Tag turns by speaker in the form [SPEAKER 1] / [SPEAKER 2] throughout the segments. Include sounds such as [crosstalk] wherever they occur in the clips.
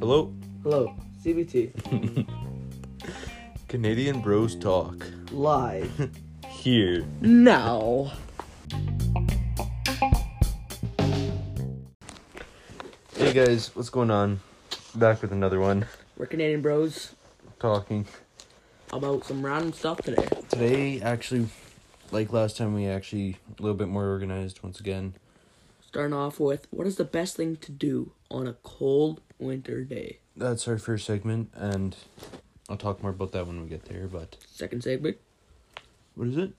[SPEAKER 1] Hello,
[SPEAKER 2] Hello, CBT
[SPEAKER 1] Canadian Bros Talk.
[SPEAKER 2] live.
[SPEAKER 1] Here.
[SPEAKER 2] [laughs] no.
[SPEAKER 1] Hey guys, what's going on? Back with another one.
[SPEAKER 2] We're Canadian bros
[SPEAKER 1] Talking.
[SPEAKER 2] about some random stuff today.
[SPEAKER 1] Today, actually, like last time, we actually a little bit more organized once again.
[SPEAKER 2] Starting off with what is the best thing to do on a cold winter day?
[SPEAKER 1] That's our first segment, and I'll talk more about that when we get there, but.
[SPEAKER 2] Second segment.
[SPEAKER 1] What is it?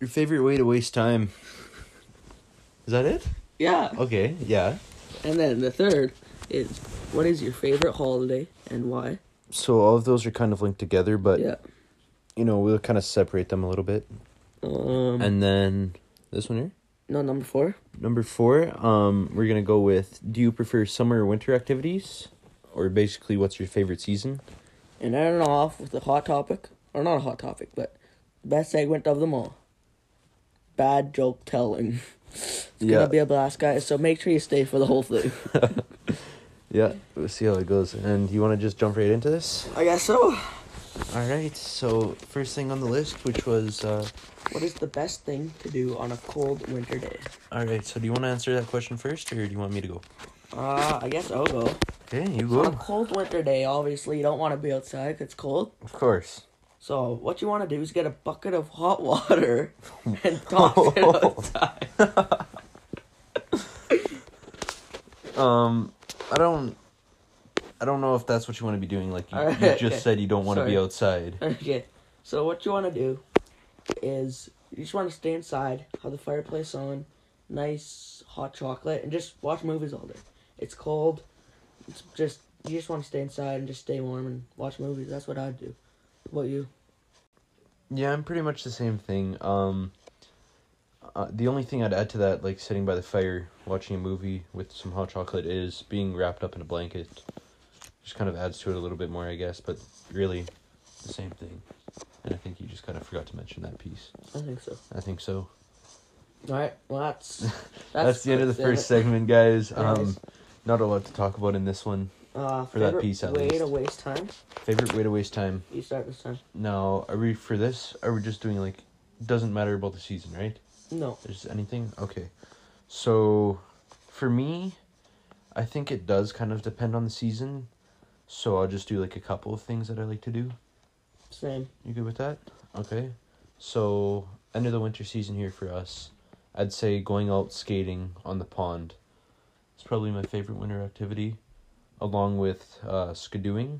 [SPEAKER 1] Your favorite way to waste time. Is that it?
[SPEAKER 2] Yeah.
[SPEAKER 1] Okay, yeah.
[SPEAKER 2] And then the third is what is your favorite holiday and why?
[SPEAKER 1] So all of those are kind of linked together, but
[SPEAKER 2] Yeah.
[SPEAKER 1] you know, we'll kind of separate them a little bit.
[SPEAKER 2] Um
[SPEAKER 1] And then this one here.
[SPEAKER 2] no number four.
[SPEAKER 1] Number four, um, we're gonna go with do you prefer summer or winter activities? Or basically what's your favorite season?
[SPEAKER 2] And ending off with a hot topic. Or not a hot topic, but the best segment of them all. Bad joke telling. It's
[SPEAKER 1] Yeah.
[SPEAKER 2] gonna be a blast, guys, so make sure you stay for the whole thing.
[SPEAKER 1] Yeah, we'll see how it goes. And you wanna just jump right into this?
[SPEAKER 2] I guess so.
[SPEAKER 1] Alright, so first thing on the list, which was uh
[SPEAKER 2] What is the best thing to do on a cold winter day?
[SPEAKER 1] alright, so do you wanna answer that question first or do you want me to go?
[SPEAKER 2] Uh, I guess I'll go.
[SPEAKER 1] Okay, you
[SPEAKER 2] On a cold winter day, obviously, you don't want to be outside 'cause it's cold.
[SPEAKER 1] Of course.
[SPEAKER 2] So, what you want to do is get a bucket of hot [laughs] water and toss it [laughs] outside.
[SPEAKER 1] Um, I don't. I don't know if that's what you want to be doing. Like you,
[SPEAKER 2] Alright,
[SPEAKER 1] you just
[SPEAKER 2] okay.
[SPEAKER 1] said, you don't want to be
[SPEAKER 2] Sorry.
[SPEAKER 1] outside.
[SPEAKER 2] Okay, so what you want to do is you just want to stay inside, have the fireplace on, nice hot chocolate, and just watch movies all day. It's cold. It's just you just want to stay inside and just stay warm and watch movies. That's what I'd do. What about you?
[SPEAKER 1] Yeah, I'm pretty much the same thing. Um, uh, the only thing I'd add to that, like sitting by the fire, watching a movie with some hot chocolate, is being wrapped up in a blanket. Just kind of adds to it a little bit more, I guess. But really, the same thing. And I think you just kind of forgot to mention that piece.
[SPEAKER 2] I think so.
[SPEAKER 1] I think so.
[SPEAKER 2] All right. Well,
[SPEAKER 1] [laughs]
[SPEAKER 2] that's that's,
[SPEAKER 1] That's, the end of the
[SPEAKER 2] quick,
[SPEAKER 1] first
[SPEAKER 2] isn't it?
[SPEAKER 1] segment, guys.
[SPEAKER 2] Guys.
[SPEAKER 1] Um, not a lot to talk about in this one.
[SPEAKER 2] Uh,
[SPEAKER 1] for that
[SPEAKER 2] favorite
[SPEAKER 1] piece, at
[SPEAKER 2] way
[SPEAKER 1] least.
[SPEAKER 2] to waste time.
[SPEAKER 1] Favorite way to waste time.
[SPEAKER 2] You start this time.
[SPEAKER 1] Now, are we for this? Are we just doing like doesn't matter about the season, right?
[SPEAKER 2] No.
[SPEAKER 1] There's anything? Okay. So for me, I think it does kind of depend on the season. So I'll just do like a couple of things that I like to do.
[SPEAKER 2] Same.
[SPEAKER 1] You good with that? Okay. So end of the winter season here for us. I'd say going out skating on the pond. It's probably my favorite winter activity, along with uh, skidooing,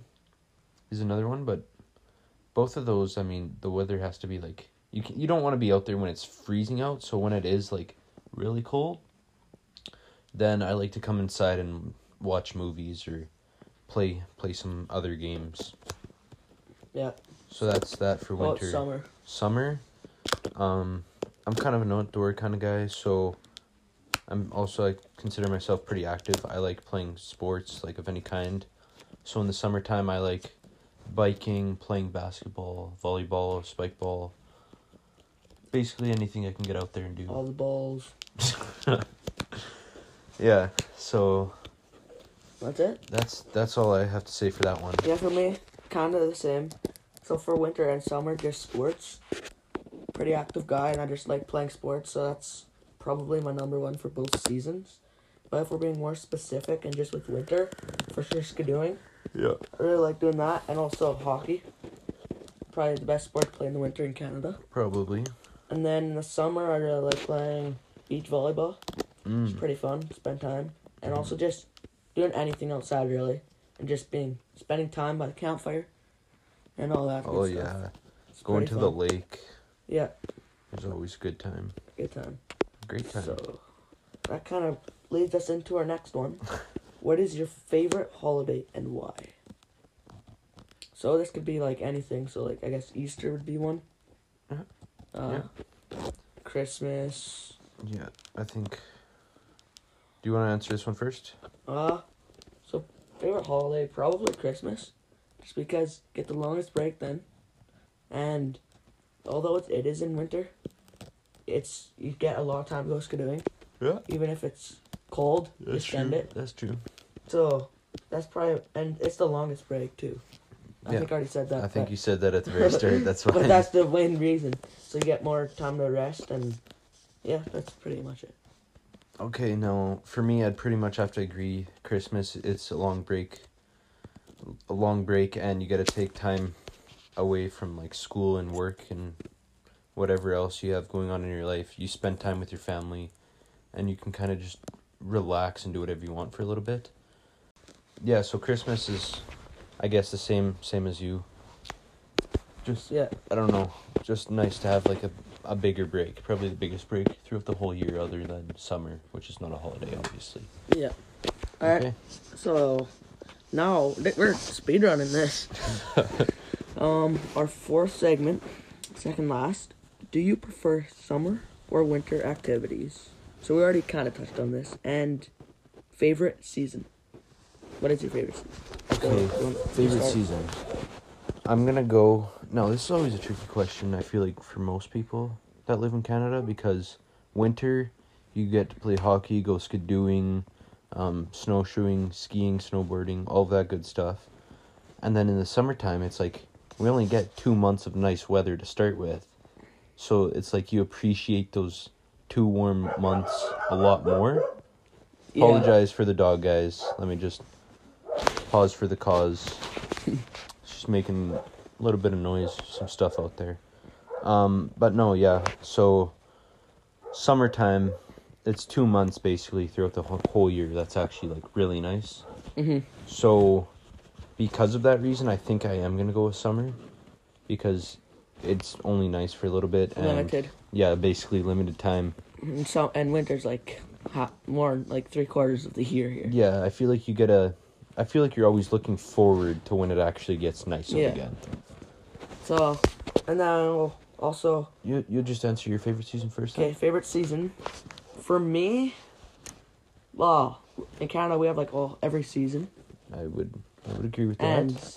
[SPEAKER 1] is another one. But both of those, I mean, the weather has to be like you can, you don't want to be out there when it's freezing out. So when it is like really cold, then I like to come inside and watch movies or play play some other games.
[SPEAKER 2] Yeah.
[SPEAKER 1] So that's that for
[SPEAKER 2] Well, it's
[SPEAKER 1] winter
[SPEAKER 2] summer.
[SPEAKER 1] summer um i'm kind of an outdoor kind of guy so i'm also i consider myself pretty active i like playing sports like of any kind so in the summertime i like biking playing basketball volleyball spike ball basically anything i can get out there and
[SPEAKER 2] All
[SPEAKER 1] do
[SPEAKER 2] the balls.
[SPEAKER 1] yeah so
[SPEAKER 2] That's it.
[SPEAKER 1] that's that's all i have to say for that one
[SPEAKER 2] Yeah, for me, kind of the same. So for winter and summer, just sports. Pretty active guy, and I just like playing sports, so that's probably my number one for both seasons. But if we're being more specific and just with winter, for sure skidooing.
[SPEAKER 1] yeah
[SPEAKER 2] I really like doing that, and also hockey. Probably the best sport to play in the winter in Canada.
[SPEAKER 1] probably
[SPEAKER 2] And then in the summer, I really like playing beach volleyball. It's
[SPEAKER 1] mm.
[SPEAKER 2] pretty fun. Spend time, and also just doing anything outside really, and just being spending time by the campfire, and all that.
[SPEAKER 1] oh
[SPEAKER 2] good stuff.
[SPEAKER 1] yeah
[SPEAKER 2] It's uh,
[SPEAKER 1] going to
[SPEAKER 2] pretty
[SPEAKER 1] the
[SPEAKER 2] fun.
[SPEAKER 1] lake
[SPEAKER 2] yeah,
[SPEAKER 1] is always a good time
[SPEAKER 2] good time.
[SPEAKER 1] great time
[SPEAKER 2] So that kind of leads us into our next
[SPEAKER 1] [laughs]
[SPEAKER 2] one. what is your favorite holiday and why? So this could be like anything. So like I guess Easter would be one.
[SPEAKER 1] Uh-huh.
[SPEAKER 2] Uh, Christmas.
[SPEAKER 1] Yeah, I think. Do you want to answer this one first?
[SPEAKER 2] Uh, so favorite holiday probably Christmas, just because get the longest break then, and although it's, it is in winter, it's you get a lot of time to go skidooing,
[SPEAKER 1] Yeah.
[SPEAKER 2] even if it's cold.
[SPEAKER 1] That's
[SPEAKER 2] you spend
[SPEAKER 1] true.
[SPEAKER 2] it.
[SPEAKER 1] That's true.
[SPEAKER 2] So that's probably and it's the longest break too. I
[SPEAKER 1] Yeah.
[SPEAKER 2] think I already said that.
[SPEAKER 1] I think
[SPEAKER 2] but-
[SPEAKER 1] you said that at the
[SPEAKER 2] [laughs]
[SPEAKER 1] very start. That's why.
[SPEAKER 2] But
[SPEAKER 1] [laughs]
[SPEAKER 2] that's the main reason. So you get more time to rest and yeah, that's pretty much it.
[SPEAKER 1] Okay, no. For me, I'd pretty much have to agree. Christmas, it's a long break. A long break, and you got to take time away from like school and work and whatever else you have going on in your life. You spend time with your family, and you can kind of just relax and do whatever you want for a little bit. Yeah, so Christmas is, I guess, the same same as you. Just
[SPEAKER 2] Yeah.
[SPEAKER 1] I don't know. Just nice to have like a a bigger break, probably the biggest break throughout the whole year, other than summer, which is not a holiday, obviously.
[SPEAKER 2] Yeah. All right.
[SPEAKER 1] Okay.
[SPEAKER 2] So now th- we're speedrunning
[SPEAKER 1] [laughs]
[SPEAKER 2] this. um, our fourth segment, second last. Do you prefer summer or winter activities? So we already kind of touched on this. And favorite season. What is your favorite season? Go,
[SPEAKER 1] Okay,
[SPEAKER 2] you wanna
[SPEAKER 1] favorite
[SPEAKER 2] start?
[SPEAKER 1] season. I'm gonna go. No, this is always a tricky question. I feel like for most people that live in Canada, because winter, you get to play hockey, go skidooing, um, snowshoeing, skiing, snowboarding, all that good stuff. And then in the summertime, it's like we only get two months of nice weather to start with, so it's like you appreciate those two warm months a lot more.
[SPEAKER 2] Yeah.
[SPEAKER 1] Apologize for the dog, guys. Let me just pause for the cause.
[SPEAKER 2] [laughs]
[SPEAKER 1] She's making a little bit of noise, some stuff out there. Um, but no, yeah. So summertime, it's two months basically throughout the whole, whole year. That's actually like really nice.
[SPEAKER 2] Mhm.
[SPEAKER 1] So because of that reason, I think I am gonna go with summer because it's only nice for a little bit and
[SPEAKER 2] Limited.
[SPEAKER 1] yeah, basically limited time.
[SPEAKER 2] And so and winter's like hot, more like three quarters of the year here.
[SPEAKER 1] Yeah, I feel like you get a. I feel like you're always looking forward to when it actually gets nice out
[SPEAKER 2] Yeah.
[SPEAKER 1] again.
[SPEAKER 2] So, and now also
[SPEAKER 1] You you just answer your favorite season first. then?
[SPEAKER 2] okay, favorite season for me. Well, in Canada we have like all every season,
[SPEAKER 1] I would I would agree with that.
[SPEAKER 2] and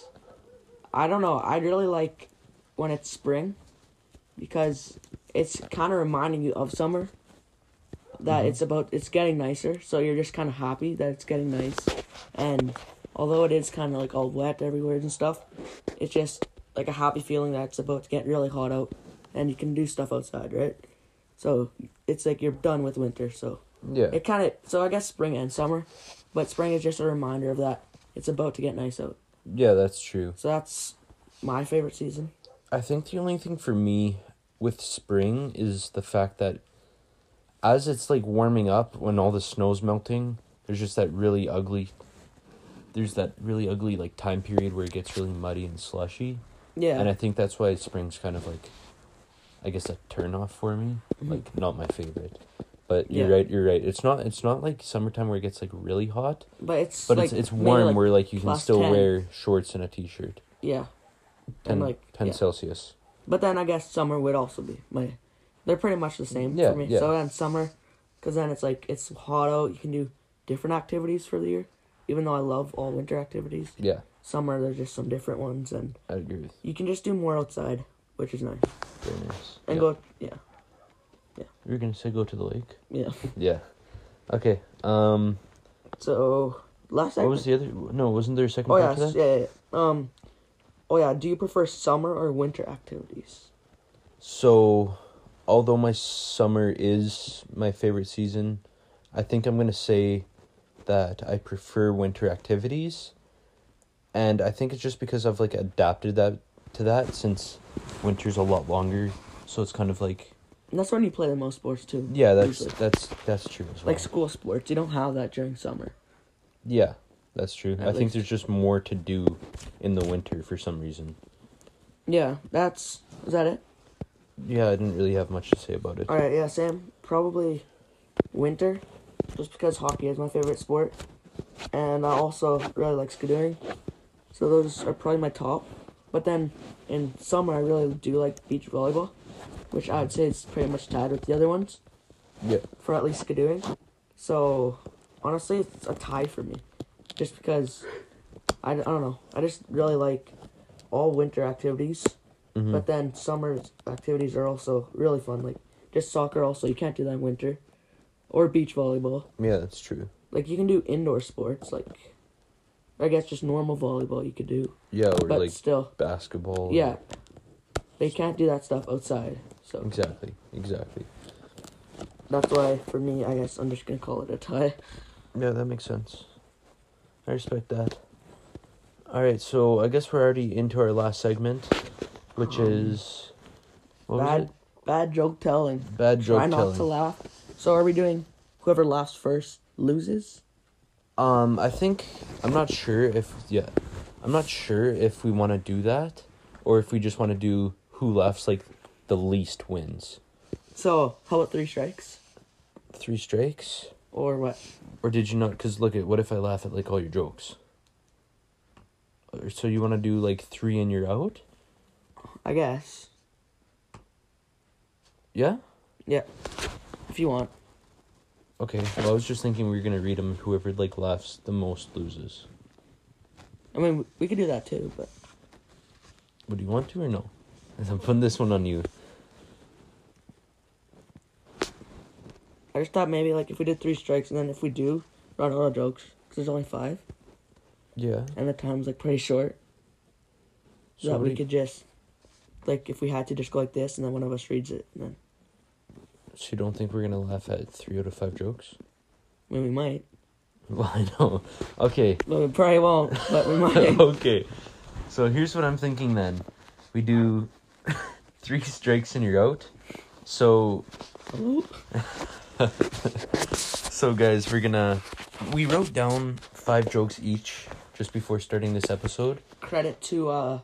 [SPEAKER 2] I don't know. I really like when it's spring because it's kind of reminding you of summer. That it's about it's getting nicer, so you're just kind of happy that it's getting nice, and although it is kind of like all wet everywhere and stuff, it's just like a happy feeling that it's about to get really hot out, and you can do stuff outside, right? So it's like you're done with winter, so
[SPEAKER 1] yeah,
[SPEAKER 2] it kind of so I guess spring and summer, but spring is just a reminder of that it's about to get nice out.
[SPEAKER 1] yeah, that's true.
[SPEAKER 2] So that's my favorite season.
[SPEAKER 1] I think the only thing for me with spring is the fact that as it's like warming up when all the snow's melting, there's just that really ugly there's that really ugly like time period where it gets really muddy and slushy.
[SPEAKER 2] Yeah.
[SPEAKER 1] And I think that's why spring's kind of like I guess a turn off for me. Like not my favorite. But you're
[SPEAKER 2] Mm-hmm. Yeah.
[SPEAKER 1] right, you're right. It's not it's not like summertime where it gets like really hot.
[SPEAKER 2] but it's
[SPEAKER 1] But
[SPEAKER 2] like,
[SPEAKER 1] it's it's
[SPEAKER 2] maybe,
[SPEAKER 1] warm
[SPEAKER 2] like-
[SPEAKER 1] where like you can
[SPEAKER 2] plus
[SPEAKER 1] still
[SPEAKER 2] 10.
[SPEAKER 1] wear shorts and a t shirt.
[SPEAKER 2] yeah.
[SPEAKER 1] 10,
[SPEAKER 2] and like
[SPEAKER 1] 10
[SPEAKER 2] yeah.
[SPEAKER 1] Celsius.
[SPEAKER 2] But then I guess summer would also be my. They're pretty much the same
[SPEAKER 1] Yeah,
[SPEAKER 2] for me.
[SPEAKER 1] yeah.
[SPEAKER 2] So then summer, because then it's like it's hot out. You can do different activities for the year. Even though I love all winter activities,
[SPEAKER 1] Yeah,
[SPEAKER 2] summer there's just some different ones, and
[SPEAKER 1] I agree with
[SPEAKER 2] you can just do more outside, which is nice.
[SPEAKER 1] you. Very nice.
[SPEAKER 2] And
[SPEAKER 1] yeah.
[SPEAKER 2] go, yeah,
[SPEAKER 1] You're going to say go to the lake?
[SPEAKER 2] yeah.
[SPEAKER 1] Yeah. Okay. Um
[SPEAKER 2] So
[SPEAKER 1] what
[SPEAKER 2] last segment.
[SPEAKER 1] was the other No, wasn't there a second
[SPEAKER 2] oh
[SPEAKER 1] part
[SPEAKER 2] yeah,
[SPEAKER 1] to that?
[SPEAKER 2] yeah, yeah, yeah. Um, oh yeah. Do you prefer summer or winter activities?
[SPEAKER 1] So, although my summer is my favorite season, I think I'm going to say that I prefer winter activities. And I think it's just because I've like adapted that to that since winter's a lot longer. So it's kind of like
[SPEAKER 2] And that's when you play the most sports too.
[SPEAKER 1] yeah, that's
[SPEAKER 2] usually.
[SPEAKER 1] that's that's true as well.
[SPEAKER 2] like school sports. You don't have that during summer.
[SPEAKER 1] yeah, that's true. I
[SPEAKER 2] At
[SPEAKER 1] think
[SPEAKER 2] least.
[SPEAKER 1] there's just more to do in the winter for some reason.
[SPEAKER 2] Yeah, that's is that it?
[SPEAKER 1] Yeah, I didn't really have much to say about it.
[SPEAKER 2] All right, yeah, Sam. Probably winter, just because hockey is my favorite sport, and I also really like skidooing. So those are probably my top. But then in summer, I really do like beach volleyball, which I'd say is pretty much tied with the other ones
[SPEAKER 1] Yeah.
[SPEAKER 2] for at least skidooing. So honestly, it's a tie for me, just because I, I don't know. I just really like all winter activities.
[SPEAKER 1] Mhm.
[SPEAKER 2] But then summer activities are also really fun. Like just soccer, also you can't do that in winter. or beach volleyball.
[SPEAKER 1] Yeah, that's true.
[SPEAKER 2] Like you can do indoor sports, like I guess just normal volleyball you could do,
[SPEAKER 1] Yeah, or
[SPEAKER 2] but
[SPEAKER 1] like
[SPEAKER 2] still,
[SPEAKER 1] basketball. or-
[SPEAKER 2] yeah, they can't do that stuff outside. So
[SPEAKER 1] Exactly. Exactly.
[SPEAKER 2] that's why for me, I guess I'm just gonna call it a tie.
[SPEAKER 1] Yeah, that makes sense. I respect that. All right, so I guess we're already into our last segment, which is what was
[SPEAKER 2] Um, bad,
[SPEAKER 1] it?
[SPEAKER 2] bad joke telling.
[SPEAKER 1] bad joke
[SPEAKER 2] Try not
[SPEAKER 1] telling.
[SPEAKER 2] to laugh. So are we doing whoever laughs first loses?
[SPEAKER 1] Um, I think I'm not sure if yeah, I'm not sure if we want to do that or if we just want to do who laughs like the least wins.
[SPEAKER 2] So how about three strikes
[SPEAKER 1] Three strikes,
[SPEAKER 2] or what?
[SPEAKER 1] or did you not? Cause look at what if I laugh at like all your jokes. Or- So you want to do like three and you're out?
[SPEAKER 2] I guess.
[SPEAKER 1] Yeah.
[SPEAKER 2] Yeah. If you want.
[SPEAKER 1] Okay. Well, I was just thinking we were gonna read them. Whoever like laughs the most loses.
[SPEAKER 2] I mean, we could do that too, but
[SPEAKER 1] Would you want to or no? [laughs] I'm putting this one on you.
[SPEAKER 2] I just thought maybe like if we did three strikes and then if we do run out of jokes, 'cause there's only five
[SPEAKER 1] Yeah.
[SPEAKER 2] and the time's like pretty short,
[SPEAKER 1] So
[SPEAKER 2] that
[SPEAKER 1] what
[SPEAKER 2] we
[SPEAKER 1] do you-
[SPEAKER 2] could just like if we had to just go like this and then one of us reads it and then
[SPEAKER 1] So you don't think we're gonna laugh at three out of five jokes? [laughs]
[SPEAKER 2] I mean, we might,
[SPEAKER 1] Well, I know. Okay. [laughs]
[SPEAKER 2] but we probably won't, but we might.
[SPEAKER 1] okay. So here's what I'm thinking then. We do [laughs] three strikes and you're out. So so guys, we're gonna we wrote down five jokes each just before starting this episode.
[SPEAKER 2] Credit to uh,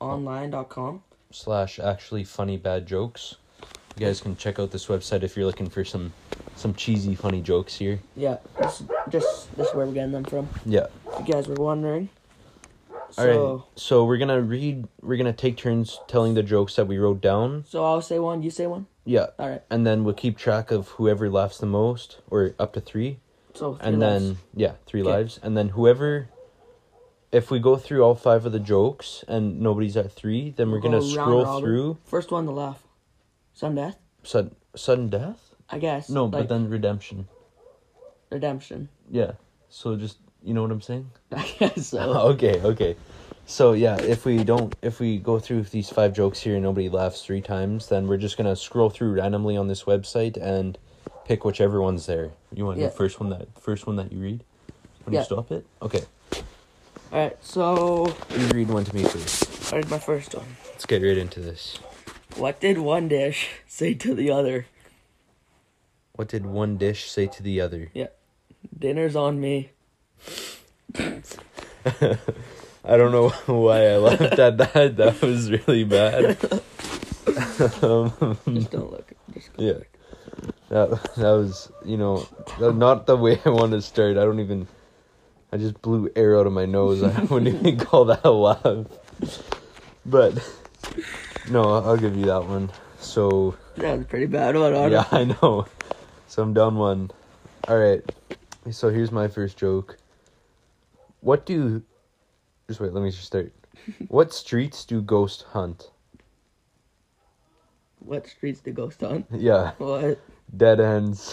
[SPEAKER 2] bestlifeonline.com.
[SPEAKER 1] slash actually funny bad jokes. You guys can check out this website if you're looking for some some cheesy funny jokes here.
[SPEAKER 2] Yeah, this, just this is where we're getting them from.
[SPEAKER 1] Yeah.
[SPEAKER 2] If you guys were wondering.
[SPEAKER 1] All right.
[SPEAKER 2] So,
[SPEAKER 1] So we're gonna read. We're gonna take turns telling the jokes that we wrote down.
[SPEAKER 2] so I'll say one, you say one.
[SPEAKER 1] Yeah.
[SPEAKER 2] All right.
[SPEAKER 1] And then we'll keep track of whoever laughs the most, or up to three,
[SPEAKER 2] So three
[SPEAKER 1] and
[SPEAKER 2] lives.
[SPEAKER 1] then yeah, three
[SPEAKER 2] Okay.
[SPEAKER 1] lives, and then whoever. If we go through all five of the jokes and nobody's at three, then we're gonna
[SPEAKER 2] We'll go round
[SPEAKER 1] scroll
[SPEAKER 2] robin.
[SPEAKER 1] through
[SPEAKER 2] First one to laugh. Sudden death?
[SPEAKER 1] sudden sudden death.
[SPEAKER 2] I guess.
[SPEAKER 1] No, but
[SPEAKER 2] like,
[SPEAKER 1] then redemption.
[SPEAKER 2] redemption. [laughs]
[SPEAKER 1] Yeah. So just you know what I'm saying.
[SPEAKER 2] I guess so.
[SPEAKER 1] [laughs] okay, okay. So yeah, if we don't, if we go through these five jokes here and nobody laughs three times, then we're just gonna scroll through randomly on this website and pick whichever one's there. You want
[SPEAKER 2] Yeah.
[SPEAKER 1] the first one that first one that you read when
[SPEAKER 2] Yeah.
[SPEAKER 1] you stop it? Okay,
[SPEAKER 2] Alright, so
[SPEAKER 1] you read one to me first.
[SPEAKER 2] I did my first one.
[SPEAKER 1] Let's get right into this.
[SPEAKER 2] What did one dish say to the other?
[SPEAKER 1] What did one dish say to the other?
[SPEAKER 2] Yeah. Dinner's on
[SPEAKER 1] [laughs]
[SPEAKER 2] me.
[SPEAKER 1] I don't know [laughs] why I laughed at that. [laughs] That was really bad. um,
[SPEAKER 2] Just don't look. Just go
[SPEAKER 1] Yeah.
[SPEAKER 2] back.
[SPEAKER 1] That that [laughs] was you know that- not the way [laughs] I wanted to start. I don't even. I just blew air out of my nose. I [laughs] wouldn't even call that a laugh. But no, I'll give you that one. So
[SPEAKER 2] That was a pretty bad one, Arnold.
[SPEAKER 1] yeah, [laughs] I know. So I'm down one. All right. So here's my first joke. What do? Just wait. Let me just [laughs] start. What streets do ghosts hunt? [laughs]
[SPEAKER 2] What streets the ghost on?
[SPEAKER 1] Yeah,
[SPEAKER 2] What?
[SPEAKER 1] dead ends.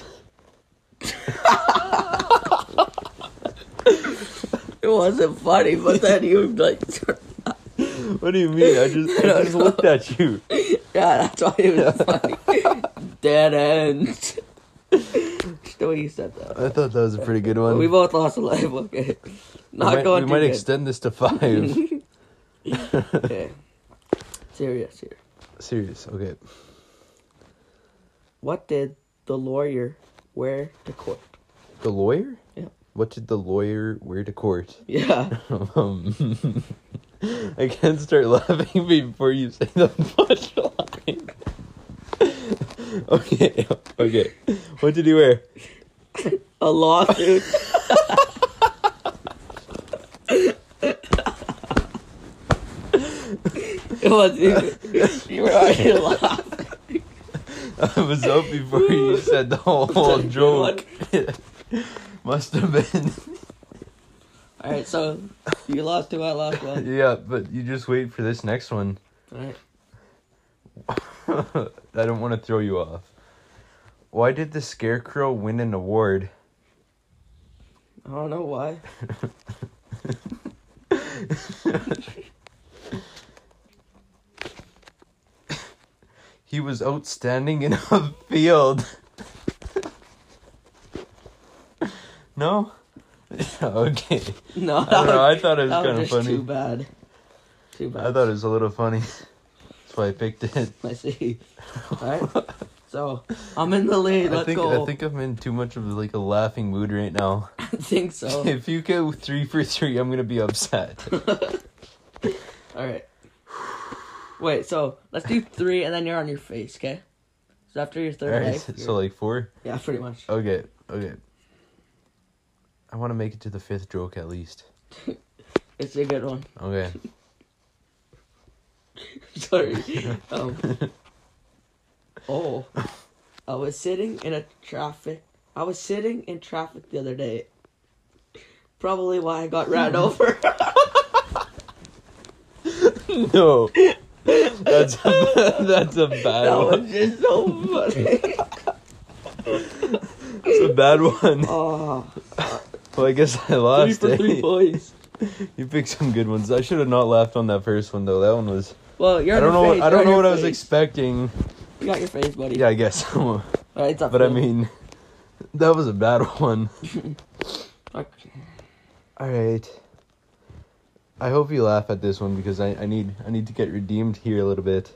[SPEAKER 2] It wasn't funny, but then you like [laughs]
[SPEAKER 1] What do you mean? I just [laughs] I just looked at you.
[SPEAKER 2] Yeah, that's why
[SPEAKER 1] [laughs]
[SPEAKER 2] it was funny. [laughs] Dead end. Just the way you said that.
[SPEAKER 1] I thought that was a pretty good one.
[SPEAKER 2] We both lost a life. Okay,
[SPEAKER 1] We
[SPEAKER 2] not
[SPEAKER 1] might,
[SPEAKER 2] going
[SPEAKER 1] we
[SPEAKER 2] too
[SPEAKER 1] might
[SPEAKER 2] good.
[SPEAKER 1] extend this to
[SPEAKER 2] [laughs]
[SPEAKER 1] five.
[SPEAKER 2] okay. Serious here.
[SPEAKER 1] Serious. Okay.
[SPEAKER 2] What did the lawyer wear to court? [laughs]
[SPEAKER 1] The lawyer?
[SPEAKER 2] Yeah.
[SPEAKER 1] What did the lawyer wear to court?
[SPEAKER 2] Yeah.
[SPEAKER 1] um, [laughs] I can't start laughing before you say the punchline. [laughs] okay. Okay. What did he wear?
[SPEAKER 2] A lawsuit. [laughs] it wasn't even. You were already [laughs] laughing.
[SPEAKER 1] I was up before
[SPEAKER 2] [laughs]
[SPEAKER 1] you said the whole, whole
[SPEAKER 2] Good
[SPEAKER 1] joke. [laughs] Must have been. [laughs]
[SPEAKER 2] Alright, so you lost two, I lost one.
[SPEAKER 1] yeah, but you just wait for this next one.
[SPEAKER 2] Alright.
[SPEAKER 1] I don't want to throw you off. Why did the scarecrow win an award?
[SPEAKER 2] I don't know why. [laughs]
[SPEAKER 1] He was outstanding in a field. [laughs] no? [laughs] okay.
[SPEAKER 2] No,
[SPEAKER 1] I don't know, I thought it was
[SPEAKER 2] that
[SPEAKER 1] kinda
[SPEAKER 2] just
[SPEAKER 1] funny.
[SPEAKER 2] Too bad. Too bad.
[SPEAKER 1] I thought it was a little funny. That's why I picked it.
[SPEAKER 2] [laughs] I see. Alright. so I'm in the
[SPEAKER 1] I
[SPEAKER 2] lead. Let's
[SPEAKER 1] think
[SPEAKER 2] go.
[SPEAKER 1] I think I'm in too much of like a laughing mood right now.
[SPEAKER 2] [laughs] I think
[SPEAKER 1] [laughs]
[SPEAKER 2] so.
[SPEAKER 1] If you go three for three, I'm gonna be
[SPEAKER 2] [laughs]
[SPEAKER 1] upset.
[SPEAKER 2] Alright. Wait, so let's do three and then you're on your face, okay? So after your
[SPEAKER 1] All
[SPEAKER 2] third
[SPEAKER 1] right,
[SPEAKER 2] life.
[SPEAKER 1] so
[SPEAKER 2] you're-
[SPEAKER 1] like four.
[SPEAKER 2] yeah, pretty much.
[SPEAKER 1] Okay, okay. I want to make it to the fifth joke at least.
[SPEAKER 2] It's a good one. [laughs]
[SPEAKER 1] Okay. [laughs]
[SPEAKER 2] Sorry. Um, oh, I was sitting in a traffic. I was sitting in traffic the other day. Probably why I
[SPEAKER 1] [laughs]
[SPEAKER 2] got ran over. [laughs]
[SPEAKER 1] no. That's a, [laughs] that's a bad
[SPEAKER 2] that
[SPEAKER 1] one.
[SPEAKER 2] was just
[SPEAKER 1] [laughs]
[SPEAKER 2] so funny.
[SPEAKER 1] That's a bad
[SPEAKER 2] [laughs]
[SPEAKER 1] one.
[SPEAKER 2] oh,
[SPEAKER 1] Well, I guess I
[SPEAKER 2] three
[SPEAKER 1] lost.
[SPEAKER 2] for
[SPEAKER 1] eh?
[SPEAKER 2] [laughs] three points.
[SPEAKER 1] You picked some good ones. I should have not laughed on that first one though. That one was.
[SPEAKER 2] Well, you're.
[SPEAKER 1] I
[SPEAKER 2] on
[SPEAKER 1] don't
[SPEAKER 2] your
[SPEAKER 1] know. What,
[SPEAKER 2] face,
[SPEAKER 1] I
[SPEAKER 2] you're
[SPEAKER 1] don't
[SPEAKER 2] on
[SPEAKER 1] know
[SPEAKER 2] your
[SPEAKER 1] what I was
[SPEAKER 2] face.
[SPEAKER 1] expecting.
[SPEAKER 2] You got your face, buddy.
[SPEAKER 1] Yeah, I guess. [laughs] but
[SPEAKER 2] All right, it's up
[SPEAKER 1] I
[SPEAKER 2] to you.
[SPEAKER 1] mean, that was a bad [laughs] one.
[SPEAKER 2] Okay.
[SPEAKER 1] All right. I hope you laugh at this one because I, I need I need to get redeemed here a little bit.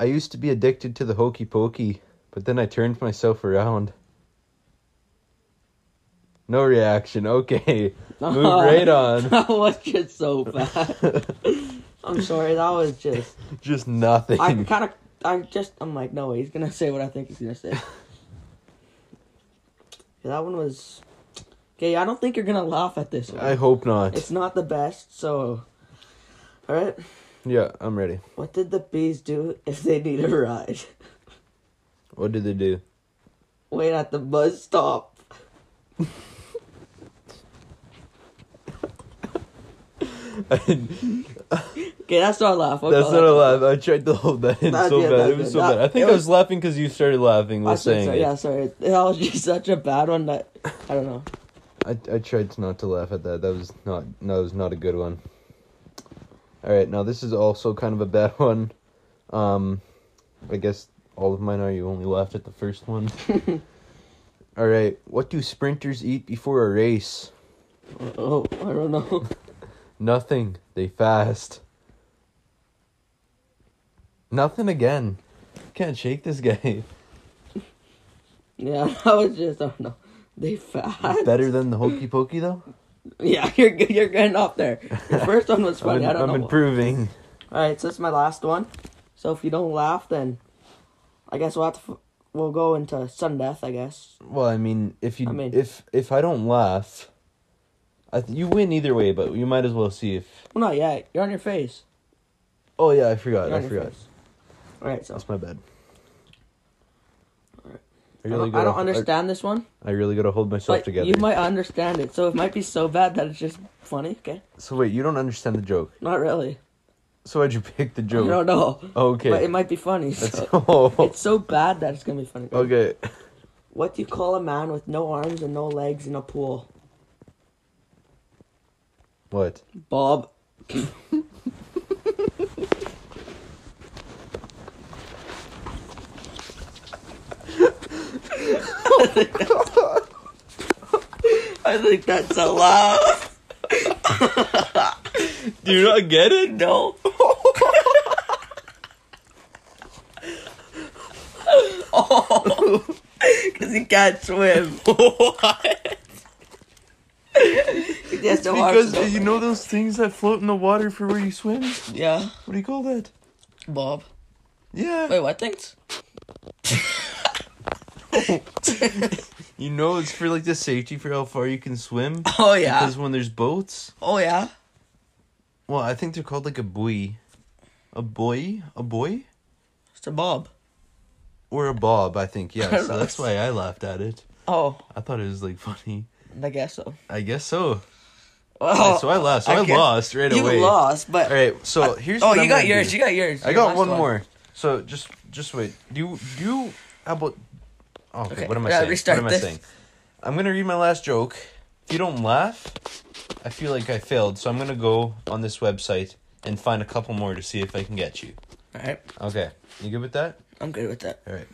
[SPEAKER 1] I used to be addicted to the hokey pokey, but then I turned myself around. No reaction.
[SPEAKER 2] [laughs]
[SPEAKER 1] Okay. [laughs] Move right on.
[SPEAKER 2] that was
[SPEAKER 1] [laughs]
[SPEAKER 2] just so bad. I'm sorry. That was just.
[SPEAKER 1] Just nothing. [laughs]
[SPEAKER 2] I kind of, I'm just, I'm like, no, he's gonna say what I think he's
[SPEAKER 1] [laughs]
[SPEAKER 2] gonna say. yeah, that one was. Okay, I don't think you're gonna laugh at this one.
[SPEAKER 1] I hope not.
[SPEAKER 2] It's not the best, so. Alright.
[SPEAKER 1] Yeah, I'm ready.
[SPEAKER 2] What did the bees do if they need a ride? [laughs]
[SPEAKER 1] What did they do? [laughs]
[SPEAKER 2] Wait at the bus stop. Okay, that's not a laugh. I'll
[SPEAKER 1] That's
[SPEAKER 2] call
[SPEAKER 1] not
[SPEAKER 2] that.
[SPEAKER 1] a laugh. I tried to hold that in
[SPEAKER 2] That's
[SPEAKER 1] so
[SPEAKER 2] good,
[SPEAKER 1] bad.
[SPEAKER 2] that's
[SPEAKER 1] It was
[SPEAKER 2] good.
[SPEAKER 1] so
[SPEAKER 2] That-
[SPEAKER 1] bad. I think
[SPEAKER 2] it
[SPEAKER 1] I
[SPEAKER 2] was-
[SPEAKER 1] was laughing because you started laughing
[SPEAKER 2] I
[SPEAKER 1] while
[SPEAKER 2] think so,
[SPEAKER 1] saying it.
[SPEAKER 2] Yeah, sorry. That was just [laughs] such a bad one that. I don't know.
[SPEAKER 1] I I tried to not to laugh at that. That was not no, that was not a good one. All right, now this is also kind of a bad [laughs] one. Um, I guess all of mine are. You only laughed at the first
[SPEAKER 2] [laughs]
[SPEAKER 1] one. all right, what do sprinters eat before a race?
[SPEAKER 2] Oh, I don't know. [laughs]
[SPEAKER 1] Nothing. They fast. Nothing again. Can't shake this
[SPEAKER 2] [laughs]
[SPEAKER 1] guy.
[SPEAKER 2] Yeah, [laughs] that was just, I don't know. They fat.
[SPEAKER 1] Better than the hokey pokey though.
[SPEAKER 2] [laughs] Yeah, you're good- you're getting up there.
[SPEAKER 1] [laughs]
[SPEAKER 2] Your first one was funny. I don't
[SPEAKER 1] I'm
[SPEAKER 2] know.
[SPEAKER 1] improving.
[SPEAKER 2] All right, so this is my last one. So if you don't laugh, then I guess we'll have to f- we'll go into sudden death. I guess.
[SPEAKER 1] Well, I mean, if you
[SPEAKER 2] I mean-
[SPEAKER 1] if if I don't laugh, I th- you win either way. But you might as well see if.
[SPEAKER 2] Well, not yet. You're on your face.
[SPEAKER 1] Oh yeah, I forgot.
[SPEAKER 2] You're on
[SPEAKER 1] I
[SPEAKER 2] your
[SPEAKER 1] forgot.
[SPEAKER 2] face. All right, so
[SPEAKER 1] That's my bad.
[SPEAKER 2] Alright.
[SPEAKER 1] I
[SPEAKER 2] I don't,
[SPEAKER 1] really
[SPEAKER 2] I
[SPEAKER 1] gotta,
[SPEAKER 2] don't understand this one,
[SPEAKER 1] I, really gotta hold myself
[SPEAKER 2] but
[SPEAKER 1] together.
[SPEAKER 2] you might understand it. So it might be so bad that it's just funny. Okay,
[SPEAKER 1] So wait, you don't understand the joke.
[SPEAKER 2] not really.
[SPEAKER 1] So why'd you [laughs] pick the
[SPEAKER 2] I don't
[SPEAKER 1] joke? Oh,
[SPEAKER 2] know,
[SPEAKER 1] Okay.
[SPEAKER 2] but it might be funny. [laughs]
[SPEAKER 1] That's- [laughs]
[SPEAKER 2] So.
[SPEAKER 1] oh,
[SPEAKER 2] It's so bad that it's gonna be funny.
[SPEAKER 1] okay.
[SPEAKER 2] What do you call a man with no arms and no legs in a pool?
[SPEAKER 1] What?
[SPEAKER 2] Bob. I think that's a laugh.
[SPEAKER 1] Do you not get it?
[SPEAKER 2] No. Because he can't swim.
[SPEAKER 1] [laughs] what?
[SPEAKER 2] He just don't want to
[SPEAKER 1] Because uh,
[SPEAKER 2] swim.
[SPEAKER 1] you know those things that float in the water for where you swim. What
[SPEAKER 2] Yeah.
[SPEAKER 1] do you call that?
[SPEAKER 2] Bob.
[SPEAKER 1] Yeah.
[SPEAKER 2] Wait,
[SPEAKER 1] [laughs]
[SPEAKER 2] what things?
[SPEAKER 1] You know it's for like the safety for how far you can swim.
[SPEAKER 2] Oh, [laughs] yeah.
[SPEAKER 1] Because when there's boats,
[SPEAKER 2] Oh, yeah.
[SPEAKER 1] well, I think they're called like a buoy, a buoy, a buoy,
[SPEAKER 2] It's a Bob.
[SPEAKER 1] or a bob. I think
[SPEAKER 2] I [laughs]
[SPEAKER 1] yeah.
[SPEAKER 2] don't
[SPEAKER 1] So
[SPEAKER 2] know.
[SPEAKER 1] that's why I laughed at it.
[SPEAKER 2] Oh,
[SPEAKER 1] I thought it was like funny.
[SPEAKER 2] I guess so.
[SPEAKER 1] I guess so.
[SPEAKER 2] Oh,
[SPEAKER 1] so I lost. So I,
[SPEAKER 2] guess-
[SPEAKER 1] lost right
[SPEAKER 2] you
[SPEAKER 1] away.
[SPEAKER 2] lost, but
[SPEAKER 1] All right. So here's.
[SPEAKER 2] oh,
[SPEAKER 1] what
[SPEAKER 2] you
[SPEAKER 1] I'm
[SPEAKER 2] got
[SPEAKER 1] gonna
[SPEAKER 2] yours.
[SPEAKER 1] do.
[SPEAKER 2] You got yours.
[SPEAKER 1] I
[SPEAKER 2] Your
[SPEAKER 1] got
[SPEAKER 2] last
[SPEAKER 1] one more. So just just wait. Do you do you how about Oh, okay.
[SPEAKER 2] Okay,
[SPEAKER 1] What am I
[SPEAKER 2] yeah,
[SPEAKER 1] saying?
[SPEAKER 2] restart
[SPEAKER 1] what am
[SPEAKER 2] this.
[SPEAKER 1] I saying? I'm gonna read my last joke. If you don't laugh, I feel like I failed. So I'm gonna go on this website and find a couple more to see if I can get you.
[SPEAKER 2] All right,
[SPEAKER 1] Okay. You good with that?
[SPEAKER 2] I'm good with that.
[SPEAKER 1] All right.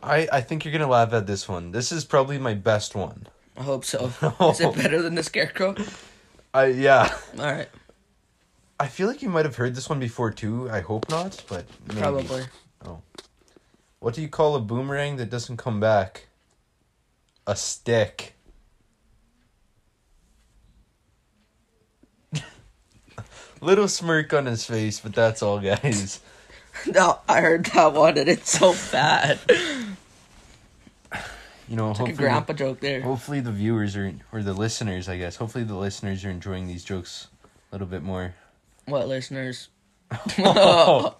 [SPEAKER 1] I I think you're gonna laugh at this one. This is probably my best one.
[SPEAKER 2] I
[SPEAKER 1] [laughs]
[SPEAKER 2] hope so. Is it better than the scarecrow?
[SPEAKER 1] I yeah.
[SPEAKER 2] All right,
[SPEAKER 1] [laughs] I feel like you might have heard this one before too. I hope not, but maybe. Oh.
[SPEAKER 2] probably. [laughs]
[SPEAKER 1] What do you call a boomerang that doesn't come back? A stick. [laughs] Little smirk on his face, but that's all, guys.
[SPEAKER 2] No, I heard that one and it's so
[SPEAKER 1] [laughs]
[SPEAKER 2] bad.
[SPEAKER 1] You know,
[SPEAKER 2] like a
[SPEAKER 1] hopefully,
[SPEAKER 2] grandpa joke there.
[SPEAKER 1] hopefully the viewers are or the listeners, I guess. Hopefully the listeners are enjoying these jokes a little bit more. [laughs]
[SPEAKER 2] What listeners? [laughs]
[SPEAKER 1] all
[SPEAKER 2] All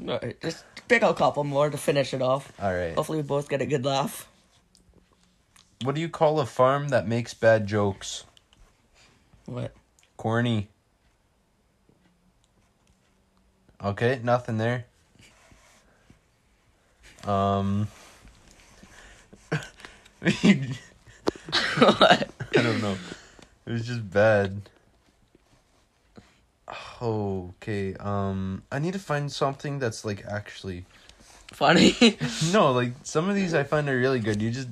[SPEAKER 2] right, just pick a couple more to finish it off.
[SPEAKER 1] right.
[SPEAKER 2] Hopefully, we both get a good laugh.
[SPEAKER 1] What do you call a farm that makes bad jokes?
[SPEAKER 2] What?
[SPEAKER 1] Corny. Okay, nothing there. Um. [laughs] I don't know. It was just bad. Okay, um. I need to find something that's like actually.
[SPEAKER 2] [laughs] Funny.
[SPEAKER 1] No, like some of these I find are really good. You just.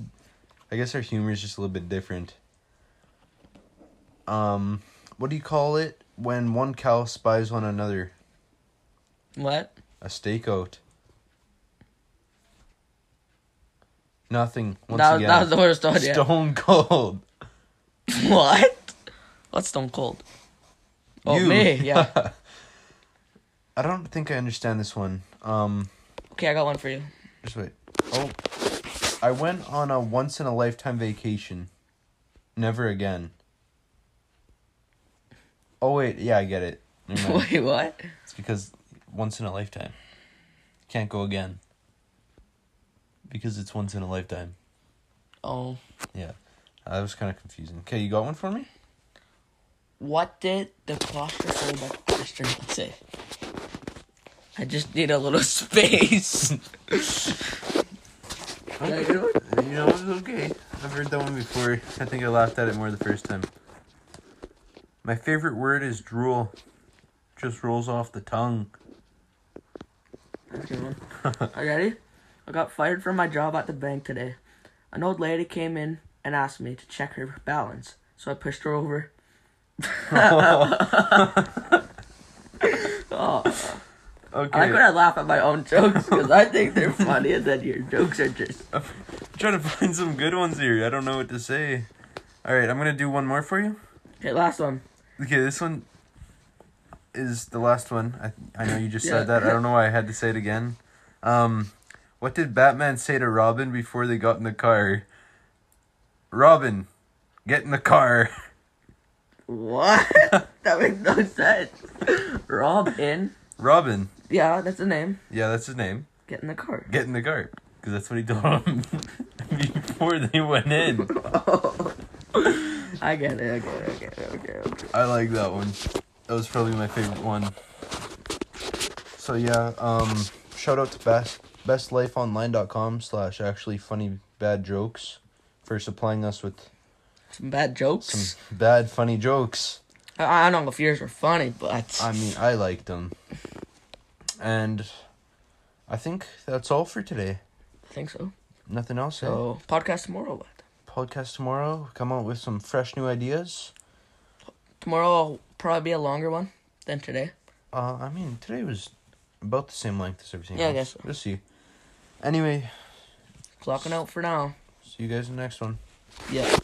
[SPEAKER 1] I guess our humor is just a little bit different. Um. What do you call it when one cow spies on another?
[SPEAKER 2] what?
[SPEAKER 1] A stakeout. Nothing. Once
[SPEAKER 2] that,
[SPEAKER 1] again.
[SPEAKER 2] that was the worst idea.
[SPEAKER 1] Stone cold.
[SPEAKER 2] [laughs] What? What's Stone Cold? Oh,
[SPEAKER 1] You.
[SPEAKER 2] me,
[SPEAKER 1] [laughs]
[SPEAKER 2] yeah.
[SPEAKER 1] I don't think I understand this one. Um,
[SPEAKER 2] Okay, I got one for you.
[SPEAKER 1] just wait. Oh, I went on a once in a lifetime vacation. Never again. Oh wait, yeah, I get it. Never mind.
[SPEAKER 2] [laughs] Wait, what?
[SPEAKER 1] it's because once in a lifetime. Can't go again. Because it's once in a lifetime.
[SPEAKER 2] Oh.
[SPEAKER 1] Yeah. That was kind of confusing. Okay, you got one for me?
[SPEAKER 2] What did the claustrophobic Christian say? I just need a little [laughs] space.
[SPEAKER 1] You know, it's okay. I've heard that one before. I think I laughed at it more the first time. My favorite word is drool. Just rolls off the tongue.
[SPEAKER 2] That's a good one. [laughs] Are you ready? I got fired from my job at the bank today. An old lady came in and asked me to check her balance, so I pushed her over. [laughs] oh, I like
[SPEAKER 1] Okay.
[SPEAKER 2] when I laugh at my own jokes because I think they're funny, and then your jokes are just.
[SPEAKER 1] trying to find some good ones here. I don't know what to say. All right, I'm going to do one more for you.
[SPEAKER 2] Okay, last one.
[SPEAKER 1] Okay, this one is the last one. I I know you just
[SPEAKER 2] Yeah.
[SPEAKER 1] said that. I don't know why I had to say it again. Um, what did Batman say to Robin before they got in the car? Robin, get in the car. [laughs]
[SPEAKER 2] [laughs] What? that makes no sense. Robin.
[SPEAKER 1] Robin.
[SPEAKER 2] Yeah, that's the name.
[SPEAKER 1] Yeah, that's his name.
[SPEAKER 2] Get in the [laughs] car.
[SPEAKER 1] Get in the car. Because that's what he told him [laughs] before they went in.
[SPEAKER 2] I get it. I get it. I get it. Okay. Okay.
[SPEAKER 1] I like that one. That was probably my favorite one. So yeah, um shout out to best bestlifeonline.com slash actually funny bad jokes for supplying us with
[SPEAKER 2] Some bad jokes.
[SPEAKER 1] some bad funny jokes.
[SPEAKER 2] I, I don't know if yours were funny, but
[SPEAKER 1] I mean, I liked them. And I think that's all for today.
[SPEAKER 2] I think so.
[SPEAKER 1] Nothing else. eh?
[SPEAKER 2] So podcast tomorrow. What?
[SPEAKER 1] podcast tomorrow. Come out with some fresh new ideas.
[SPEAKER 2] Tomorrow will probably be a longer one than today.
[SPEAKER 1] Uh, I mean, today was about the same length as everything.
[SPEAKER 2] Yeah, I
[SPEAKER 1] else.
[SPEAKER 2] guess so.
[SPEAKER 1] We'll see. Anyway,
[SPEAKER 2] Clocking out for now.
[SPEAKER 1] see you guys in the next one.
[SPEAKER 2] Yeah.